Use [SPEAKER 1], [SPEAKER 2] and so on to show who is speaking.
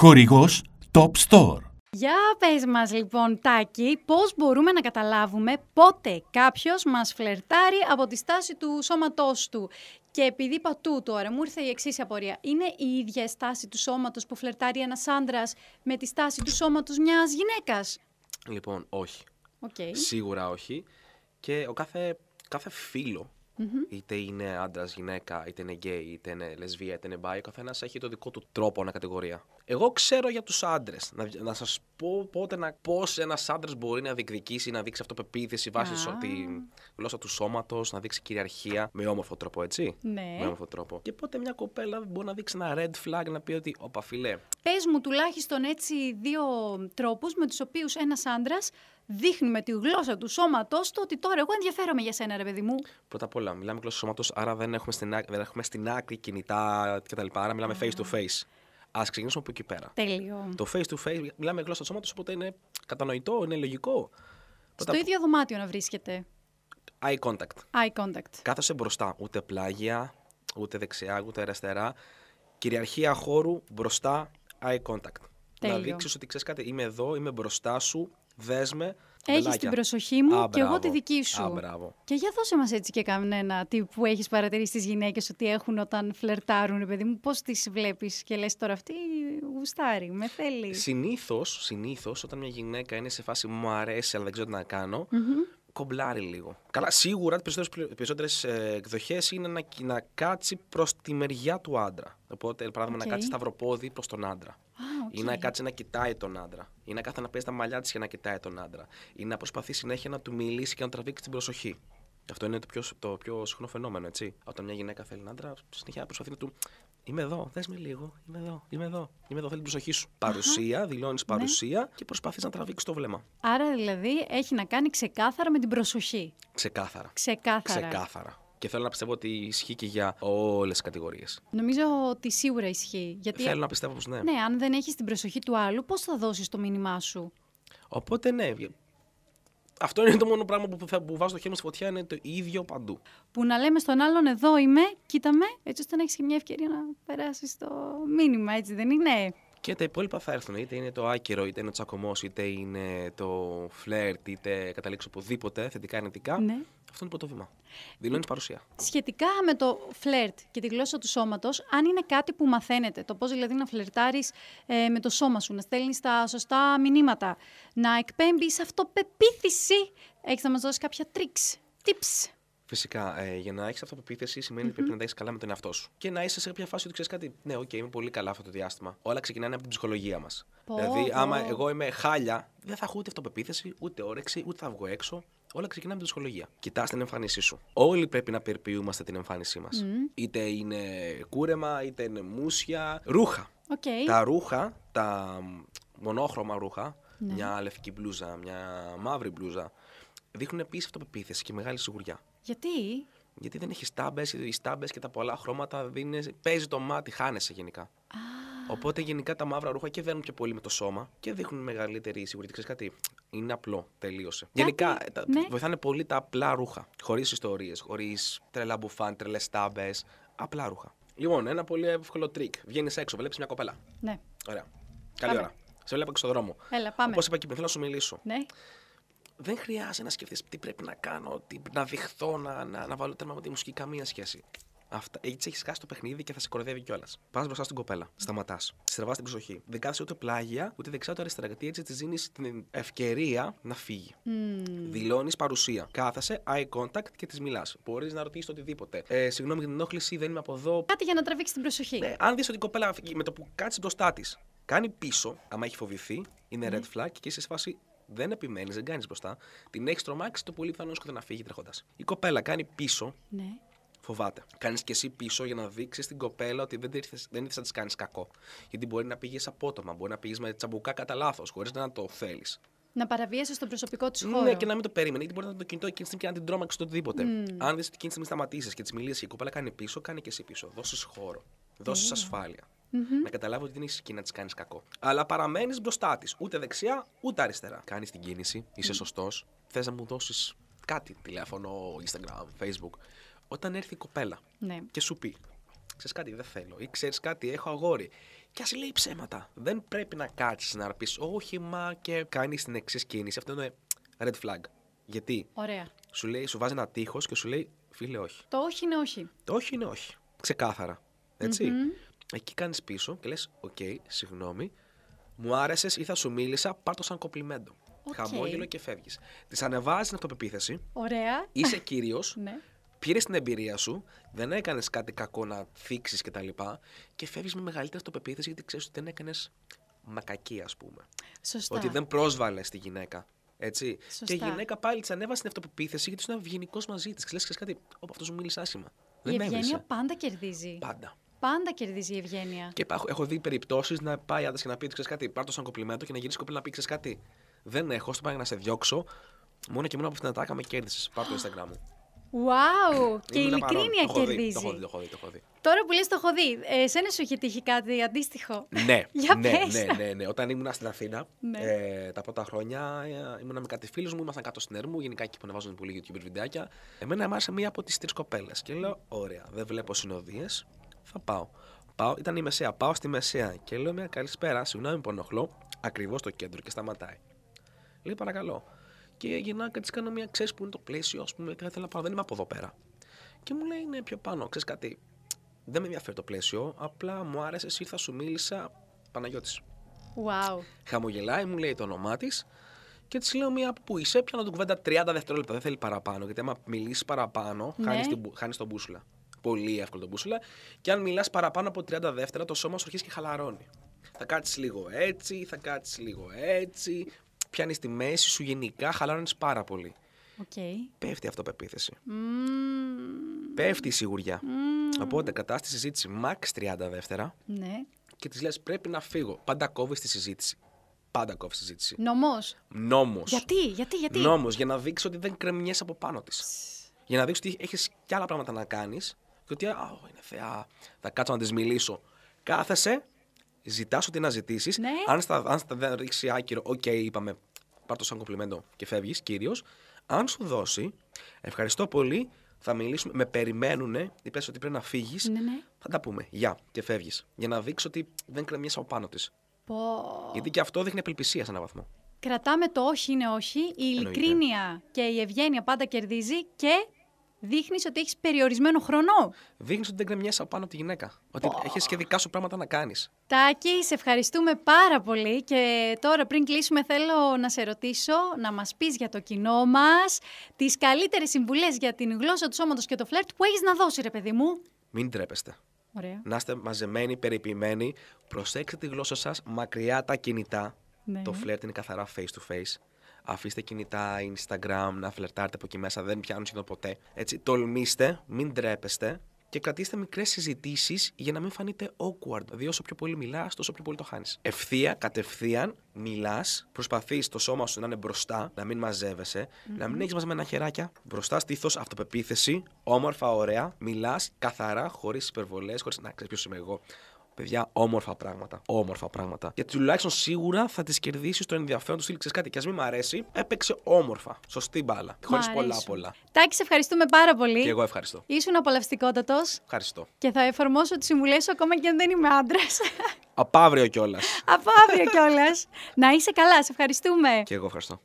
[SPEAKER 1] Χορηγός Top Store.
[SPEAKER 2] Για πες μας λοιπόν Τάκη, πώς μπορούμε να καταλάβουμε πότε κάποιος μας φλερτάρει από τη στάση του σώματός του. Και επειδή πατού τώρα μου ήρθε η εξής απορία, είναι η ίδια η στάση του σώματος που φλερτάρει ένας άντρας με τη στάση του σώματος μιας γυναίκας.
[SPEAKER 3] Λοιπόν, όχι.
[SPEAKER 2] Οκ.
[SPEAKER 3] Σίγουρα όχι. Και ο κάθε, κάθε φίλο, είτε είναι άντρας, γυναίκα, είτε είναι γκέι, είτε είναι λεσβία, είτε είναι μπάι, ο καθένας έχει το δικό του τρόπο ανακατηγορία. Εγώ ξέρω για τους άντρες. Να, βγ- να σας πω πότε να. Πώς ένας άντρας μπορεί να διεκδικήσει, να δείξει αυτοπεποίθηση βάσει
[SPEAKER 2] Α.
[SPEAKER 3] στο- τη γλώσσα του σώματος, να δείξει κυριαρχία με όμορφο τρόπο, έτσι.
[SPEAKER 2] Ναι.
[SPEAKER 3] Με όμορφο τρόπο. Και πότε μια κοπέλα μπορεί να δείξει ένα red flag να πει ότι, Ωπα φιλέ,
[SPEAKER 2] Πες μου τουλάχιστον έτσι δύο τρόπους με τους οποίους ένας άντρας δείχνει με τη γλώσσα του σώματος του ότι τώρα εγώ ενδιαφέρομαι για σένα ρε παιδί μου.
[SPEAKER 3] Πρώτα απ' όλα, μιλάμε γλώσσα σώματος, άρα δεν έχουμε στην, άκρη, δεν έχουμε στην άκρη κινητά κτλ. Άρα μιλάμε face to face. Α ξεκινήσουμε από εκεί πέρα.
[SPEAKER 2] Τέλειο.
[SPEAKER 3] Το face to face, μιλάμε γλώσσα του σώματος, οπότε είναι κατανοητό, είναι λογικό.
[SPEAKER 2] Στο
[SPEAKER 3] Πρώτα απ'
[SPEAKER 2] ίδιο δωμάτιο να βρίσκεται.
[SPEAKER 3] eye contact.
[SPEAKER 2] Eye contact.
[SPEAKER 3] Κάθεσαι μπροστά, ούτε πλάγια, ούτε δεξιά, ούτε αριστερά. Κυριαρχία χώρου μπροστά, eye contact.
[SPEAKER 2] Τέλειο.
[SPEAKER 3] Να δείξεις ότι ξέρεις κάτι, είμαι εδώ, είμαι μπροστά σου, δέσμε.
[SPEAKER 2] Έχεις την προσοχή μου και εγώ τη δική σου.
[SPEAKER 3] Α, μπράβο.
[SPEAKER 2] Και για δώσε μας έτσι και κανένα tip που έχεις παρατηρήσει στις γυναίκες ότι έχουν όταν φλερτάρουν, ρε παιδί μου, πώς τις βλέπεις και λες τώρα αυτή γουστάρει, με θέλει.
[SPEAKER 3] Συνήθως, συνήθως, όταν μια γυναίκα είναι σε φάση μου αρέσει, αλλά δεν ξέρω τι να κανω κομπλάρει λίγο. Καλά, σίγουρα οι περισσότερε εκδοχέ ε, είναι να, να κάτσει προς τη μεριά του άντρα. Οπότε, παράδειγμα,
[SPEAKER 2] Οκ.
[SPEAKER 3] να κάτσει σταυροπόδι προς τον άντρα.
[SPEAKER 2] Α, οκ.
[SPEAKER 3] Ή να κάτσει να κοιτάει τον άντρα. Ή να κάθεται να παίζει τα μαλλιά της και να κοιτάει τον άντρα. Ή να προσπαθεί συνέχεια να του μιλήσει και να τραβήξει την προσοχή. Αυτό είναι το πιο, το πιο συχνό φαινόμενο, έτσι. Όταν μια γυναίκα θέλει έναν άντρα, συνέχεια προσπαθεί να του. Είμαι εδώ, δες με λίγο. Είμαι εδώ, είμαι εδώ. Είμαι εδώ, θέλει την προσοχή σου. Παρουσία, δηλώνεις
[SPEAKER 2] Ναι.
[SPEAKER 3] παρουσία και προσπαθείς να τραβήξεις το βλέμμα.
[SPEAKER 2] Άρα δηλαδή έχει να κάνει ξεκάθαρα με την προσοχή.
[SPEAKER 3] Ξεκάθαρα.
[SPEAKER 2] Ξεκάθαρα.
[SPEAKER 3] Ξεκάθαρα. Και θέλω να πιστεύω ότι ισχύει και για όλες τις κατηγορίες.
[SPEAKER 2] Νομίζω ότι σίγουρα ισχύει. Γιατί
[SPEAKER 3] Θέλω να πιστεύω πως ναι.
[SPEAKER 2] ναι, αν δεν έχεις την προσοχή του άλλου, πώς θα δώσεις το μήνυμά σου.
[SPEAKER 3] Οπότε ναι. Αυτό είναι το μόνο πράγμα που, θα, που βάζω το χέρι μου στη φωτιά είναι το ίδιο παντού.
[SPEAKER 2] Που να λέμε στον άλλον εδώ είμαι, κοίτα με, έτσι ώστε να έχεις και μια ευκαιρία να περάσεις το μήνυμα, έτσι δεν είναι.
[SPEAKER 3] Και τα υπόλοιπα θα έρθουν. Είτε είναι το άκυρο, είτε είναι ο τσακωμός, είτε είναι το φλερτ, είτε καταλήξω οπουδήποτε, θετικά ή αρνητικά.
[SPEAKER 2] Ναι.
[SPEAKER 3] Αυτό είναι το πρώτο βήμα. Δηλώνει παρουσία.
[SPEAKER 2] Σχετικά με το φλερτ και τη γλώσσα του σώματος, αν είναι κάτι που μαθαίνετε, το πώς δηλαδή να φλερτάρεις ε, με το σώμα σου, να στέλνεις τα σωστά μηνύματα, να εκπέμπεις αυτοπεποίθηση, έχεις να μας δώσεις κάποια tricks, tips.
[SPEAKER 3] Φυσικά, ε, για να έχεις αυτοπεποίθηση σημαίνει ότι πρέπει να τα έχεις καλά με τον εαυτό σου. Και να είσαι σε κάποια φάση ότι ξέρεις κάτι. Ναι, οκ, είμαι πολύ καλά αυτό το διάστημα. Όλα ξεκινάνε από την ψυχολογία μας.
[SPEAKER 2] Πω,
[SPEAKER 3] Δηλαδή,
[SPEAKER 2] πω.
[SPEAKER 3] άμα εγώ είμαι χάλια, δεν θα έχω ούτε αυτοπεποίθηση, ούτε όρεξη, ούτε θα βγω έξω. Όλα ξεκινάνε από την ψυχολογία. Κοιτάς την εμφάνισή σου. Όλοι πρέπει να περιποιούμαστε την εμφάνισή μας. Είτε είναι κούρεμα, είτε είναι μουσια. Ρούχα.
[SPEAKER 2] Οκ.
[SPEAKER 3] Τα ρούχα, τα μονόχρωμα ρούχα,
[SPEAKER 2] Ναι.
[SPEAKER 3] μια λευκή μπλούζα, μια μαύρη μπλούζα, δείχνουν επίσης αυτοπεποίθηση και μεγάλη σιγουριά.
[SPEAKER 2] Γιατί.
[SPEAKER 3] Γιατί δεν έχεις τάμπες, οι τάμπες και τα πολλά χρώματα δίνεις, παίζει το μάτι, χάνεσαι γενικά. Οπότε γενικά τα μαύρα ρούχα και δένουν πιο πολύ με το σώμα και δείχνουν μεγαλύτερη σιγουριά. Ξέρεις κάτι, είναι απλό, τελείωσε. Γενικά τα,
[SPEAKER 2] ναι.
[SPEAKER 3] βοηθάνε πολύ τα απλά ρούχα. Χωρίς ιστορίες, χωρίς τρελά μπουφάν, τρελές τάμπες. Απλά ρούχα. Λοιπόν, ένα πολύ εύκολο τρίκ. Βγαίνεις έξω, βλέπεις μια κοπέλα.
[SPEAKER 2] Ναι.
[SPEAKER 3] Ωραία. Καλή
[SPEAKER 2] Πάμε.
[SPEAKER 3] ώρα. Σε βλέπω και στον δρόμο.
[SPEAKER 2] Έλα, πάμε.
[SPEAKER 3] Όπως είπα και πριν, θέλω να σου μιλήσω.
[SPEAKER 2] Ναι.
[SPEAKER 3] Δεν χρειάζεται να σκεφτείς τι πρέπει να κάνω, τι, να δειχθώ, να, να, να βάλω τέρμα με τη μουσική. Καμία σχέση. Αυτά, έτσι έχεις χάσει το παιχνίδι και θα σε κοροϊδεύει κιόλας. Πας μπροστά στην κοπέλα, σταματάς, στρεβά την προσοχή. Δεν κάθεσαι ούτε πλάγια, ούτε δεξιά ούτε αριστερά, γιατί έτσι τη δίνει την ευκαιρία να φύγει. Δηλώνεις παρουσία. Κάθεσαι, eye contact και της μιλάς. Μπορείς να ρωτήσεις οτιδήποτε. Ε, συγγνώμη για την ενόχληση, δεν είμαι από εδώ.
[SPEAKER 2] Κάτι για να τραβήξεις την προσοχή.
[SPEAKER 3] Ναι, αν δεις ότι η κοπέλα με το που κάτσεις μπροστά της κάνει πίσω, άμα έχει φοβηθεί, είναι red flag και είσαι σε φάση δεν επιμένεις, δεν κάνεις μπροστά. Την έχεις τρομάξει, το πολύ πιθανό σκοτεινά να φύγει τρέχοντας. Η κοπέλα κάνει πίσω,
[SPEAKER 2] Ναι.
[SPEAKER 3] φοβάται. Κάνεις και εσύ πίσω για να δείξεις στην κοπέλα ότι δεν ήρθες δεν ήρθες να της κάνεις κακό. Γιατί μπορεί να πήγες απότομα, μπορεί να πήγες με τσαμπουκά κατά λάθος, χωρίς να το θέλεις.
[SPEAKER 2] Να παραβιάσει τον προσωπικό της χώρο. Mm.
[SPEAKER 3] Ναι, και να μην το περίμενε, γιατί μπορεί να το κινητό εκείνη τη στιγμή και να την τρόμαξε το οτιδήποτε. Αν δεις ότι εκείνη τη στιγμή σταματήσεις και της μιλήσεις και η κοπέλα κάνει πίσω, κάνει και εσύ πίσω. Δώσεις χώρο. Δώσεις ασφάλεια.
[SPEAKER 2] Mm-hmm.
[SPEAKER 3] Να καταλάβει ότι δεν είσαι εκεί να της κάνεις κακό. Αλλά παραμένεις μπροστά της, ούτε δεξιά ούτε αριστερά. Κάνεις την κίνηση, είσαι
[SPEAKER 2] Mm.
[SPEAKER 3] σωστός. Θες να μου δώσεις κάτι, τηλέφωνο, Instagram, Facebook. Όταν έρθει η κοπέλα
[SPEAKER 2] Ναι.
[SPEAKER 3] και σου πει, ξέρεις κάτι, δεν θέλω. Ή ξέρεις κάτι, έχω αγόρι. Και ας λέει ψέματα. Δεν πρέπει να κάτσεις να πει όχι, μα και κάνεις την εξής κίνηση. Αυτό είναι red flag. Γιατί
[SPEAKER 2] Ωραία.
[SPEAKER 3] σου, λέει, σου βάζει ένα τείχος και σου λέει φίλε όχι.
[SPEAKER 2] Το όχι είναι όχι.
[SPEAKER 3] Το όχι είναι όχι. Ξεκάθαρα. Έτσι. Εκεί κάνεις πίσω και λες: Οκ, συγγνώμη, μου άρεσες ή θα σου μίλησα, πάρ το σαν κοπλιμέντο.
[SPEAKER 2] Οκ.
[SPEAKER 3] Χαμόγελο και φεύγεις. Τη ανεβάζει την αυτοπεποίθηση,
[SPEAKER 2] Ωραία.
[SPEAKER 3] είσαι κύριος,
[SPEAKER 2] Ναι.
[SPEAKER 3] πήρες την εμπειρία σου, δεν έκανες κάτι κακό να θίξεις κτλ. Και, τα λοιπά και φεύγεις με μεγαλύτερη αυτοπεποίθηση γιατί ξέρεις ότι δεν έκανες μακακή, ας πούμε.
[SPEAKER 2] Σωστά.
[SPEAKER 3] Ότι δεν πρόσβαλες τη γυναίκα. Έτσι.
[SPEAKER 2] Σωστά.
[SPEAKER 3] Και η γυναίκα πάλι της ανέβασε την αυτοπεποίθηση γιατί ήταν ευγενικός μαζί της. Ξέρεις κάτι, αυτός μου μίλησε άσχημα.
[SPEAKER 2] Η
[SPEAKER 3] Δεν με
[SPEAKER 2] ευγένεια
[SPEAKER 3] έβρισε.
[SPEAKER 2] πάντα κερδίζει.
[SPEAKER 3] Πάντα.
[SPEAKER 2] Πάντα κερδίζει η ευγένεια.
[SPEAKER 3] Και έχω, έχω δει περιπτώσεις να πάει άντρας και να πει: Ξέρεις κάτι, πάρ' το σαν κοπλιμέντο και να γυρίσει η κοπέλα να πει: Ξέρεις κάτι, δεν έχω, στο πάει να σε διώξω. Μόνο και μόνο από αυτήν την ατάκα με κέρδισες. Πάρ' το Instagram μου.
[SPEAKER 2] Wow! και η
[SPEAKER 3] Ήμουν παρόν.
[SPEAKER 2] ειλικρίνεια
[SPEAKER 3] Το έχω δει, Το έχω
[SPEAKER 2] κερδίζει.
[SPEAKER 3] δει, το έχω δει. Το έχω δει.
[SPEAKER 2] Τώρα που λες το έχω δει, ε, εσένα σου είχε τύχει κάτι αντίστοιχο.
[SPEAKER 3] ναι,
[SPEAKER 2] Για
[SPEAKER 3] ναι,
[SPEAKER 2] πες.
[SPEAKER 3] ναι, ναι, ναι. Όταν ήμουν στην Αθήνα,
[SPEAKER 2] Ναι.
[SPEAKER 3] ε, τα πρώτα χρόνια ε, ήμουν με κάτι φίλους μου, ήμασταν κάτω στην Ερμού. Γενικά εκεί που ανεβάζουν πολύ YouTube βιντεάκια. Εμένα μου άρεσε μία από τις τρεις κοπέλες. Και λέω: Ωραία, δεν βλέπω συνοδείες. Θα πάω. πάω. Ήταν η μεσαία. Πάω στη μεσαία. Και λέω: Μια καλησπέρα. Συγγνώμη που ενοχλώ. Ακριβώς στο κέντρο και σταματάει. Λέει: Παρακαλώ. Και έγινα και της κάνω μια ξέρεις που είναι το πλαίσιο, ας πούμε. Θα ήθελα να πάω. Δεν είμαι από εδώ πέρα. Και μου λέει: Ναι, πιο πάνω. Ξέρεις κάτι. Δεν με ενδιαφέρει το πλαίσιο. Απλά μου άρεσε, ήρθα, σου μίλησα. Παναγιώτης.
[SPEAKER 2] Wow.
[SPEAKER 3] Χαμογελάει, μου λέει το όνομά της και της λέω μία που είσαι. Πιάνω την κουβέντα 30 δευτερόλεπτα. Δεν θέλει παραπάνω. Γιατί άμα μιλήσεις παραπάνω,
[SPEAKER 2] Ναι.
[SPEAKER 3] χάνεις χάνεις τον μπούσουλα. Πολύ εύκολο τον μπούσουλα. Και αν μιλάς παραπάνω από 30 δεύτερα, το σώμα σου αρχίζει και χαλαρώνει. Θα κάτσεις λίγο έτσι, θα κάτσεις λίγο έτσι. Πιάνεις τη μέση σου γενικά, χαλαρώνεις πάρα πολύ.
[SPEAKER 2] Οκ.
[SPEAKER 3] Πέφτει η αυτοπεποίθηση.
[SPEAKER 2] Μμμ.
[SPEAKER 3] Πέφτει η σιγουριά.
[SPEAKER 2] Μμμ.
[SPEAKER 3] Οπότε κατά στη συζήτηση, max 30 δεύτερα
[SPEAKER 2] Ναι.
[SPEAKER 3] και της λες: Πρέπει να φύγω. Πάντα κόβεις τη συζήτηση. Πάντα κόβεις τη συζήτηση.
[SPEAKER 2] Νομός.
[SPEAKER 3] Νόμος.
[SPEAKER 2] Γιατί, γιατί, γιατί.
[SPEAKER 3] Νόμος για να δείξεις ότι δεν κρεμιέσαι από πάνω της. Για να δείξεις ότι έχεις κι άλλα πράγματα να κάνεις και ότι, α, ω, είναι θεά, θα κάτσω να της μιλήσω. Κάθεσαι, ζητάς ό,τι να ζητήσεις.
[SPEAKER 2] Ναι.
[SPEAKER 3] Αν, στα, αν στα δεν ρίξει άκυρο, οκ, είπαμε, πάρ το σαν κομπλιμέντο και φεύγεις, κύριος. Αν σου δώσει, ευχαριστώ πολύ, θα μιλήσουμε. Με περιμένουνε, είπε ότι πρέπει να φύγεις.
[SPEAKER 2] Ναι, ναι.
[SPEAKER 3] Θα τα πούμε. Γεια, και φεύγεις. Για να δείξει ότι δεν κρεμιέσαι από πάνω της.
[SPEAKER 2] Πω.
[SPEAKER 3] Γιατί και αυτό δείχνει απελπισία σε έναν βαθμό.
[SPEAKER 2] Κρατάμε το όχι είναι όχι, η
[SPEAKER 3] Εννοείται.
[SPEAKER 2] ειλικρίνεια και η ευγένεια πάντα κερδίζει και δείχνεις ότι έχεις περιορισμένο χρονό.
[SPEAKER 3] δείχνεις ότι δεν κρεμιέσαι από πάνω από τη γυναίκα. Ότι έχεις και δικά σου πράγματα να κάνεις.
[SPEAKER 2] Τάκη, σε ευχαριστούμε πάρα πολύ και τώρα πριν κλείσουμε θέλω να σε ρωτήσω να μας πεις για το κοινό μας τις καλύτερες συμβουλές για την γλώσσα του σώματος και το φλερτ που έχεις να δώσεις ρε παιδί μου.
[SPEAKER 3] Μην τρέπεστε.
[SPEAKER 2] Ωραία.
[SPEAKER 3] Να είστε μαζεμένοι, περιποιημένοι. Προσέξτε τη γλώσσα σας μακριά τα κινητά.
[SPEAKER 2] Ναι.
[SPEAKER 3] Το φλερτ είναι καθαρά face to face. Αφήστε κινητά, Instagram, να φλερτάρετε από εκεί μέσα. Δεν πιάνουν σχεδόν ποτέ. Έτσι, τολμήστε, μην τρέπεστε και κρατήστε μικρές συζητήσεις για να μην φανείτε awkward. Δηλαδή, όσο πιο πολύ μιλάς, τόσο πιο πολύ το χάνεις. Ευθεία, κατευθείαν, μιλάς, προσπαθείς το σώμα σου να είναι μπροστά, να μην μαζεύεσαι, να μην έχεις μαζεμένα χεράκια. Μπροστά στήθος, αυτοπεποίθηση, όμορφα, ωραία. Μιλάς καθαρά, χωρίς υπερβολές, χωρίς να ξέρεις ποιος είμαι εγώ. Παιδιά, όμορφα πράγματα. Όμορφα πράγματα. Γιατί τουλάχιστον σίγουρα θα τη κερδίσεις το ενδιαφέρον του στυλ. Ξέρεις κάτι, και ας μην μ' αρέσει, έπαιξε όμορφα. Σωστή μπάλα.
[SPEAKER 2] Μ'
[SPEAKER 3] Χωρίς πολλά
[SPEAKER 2] αρέσουν.
[SPEAKER 3] πολλά.
[SPEAKER 2] Τάκη, σε ευχαριστούμε πάρα πολύ.
[SPEAKER 3] Και εγώ ευχαριστώ.
[SPEAKER 2] Ήσουν απολαυστικότατος
[SPEAKER 3] Ευχαριστώ.
[SPEAKER 2] και θα εφαρμόσω τις συμβουλές σου ακόμα και αν δεν είμαι άντρας.
[SPEAKER 3] Απ' αύριο κιόλα.
[SPEAKER 2] Από αύριο κιόλας. Να είσαι καλά, σε ευχαριστούμε.
[SPEAKER 3] και εγώ ευχαριστώ.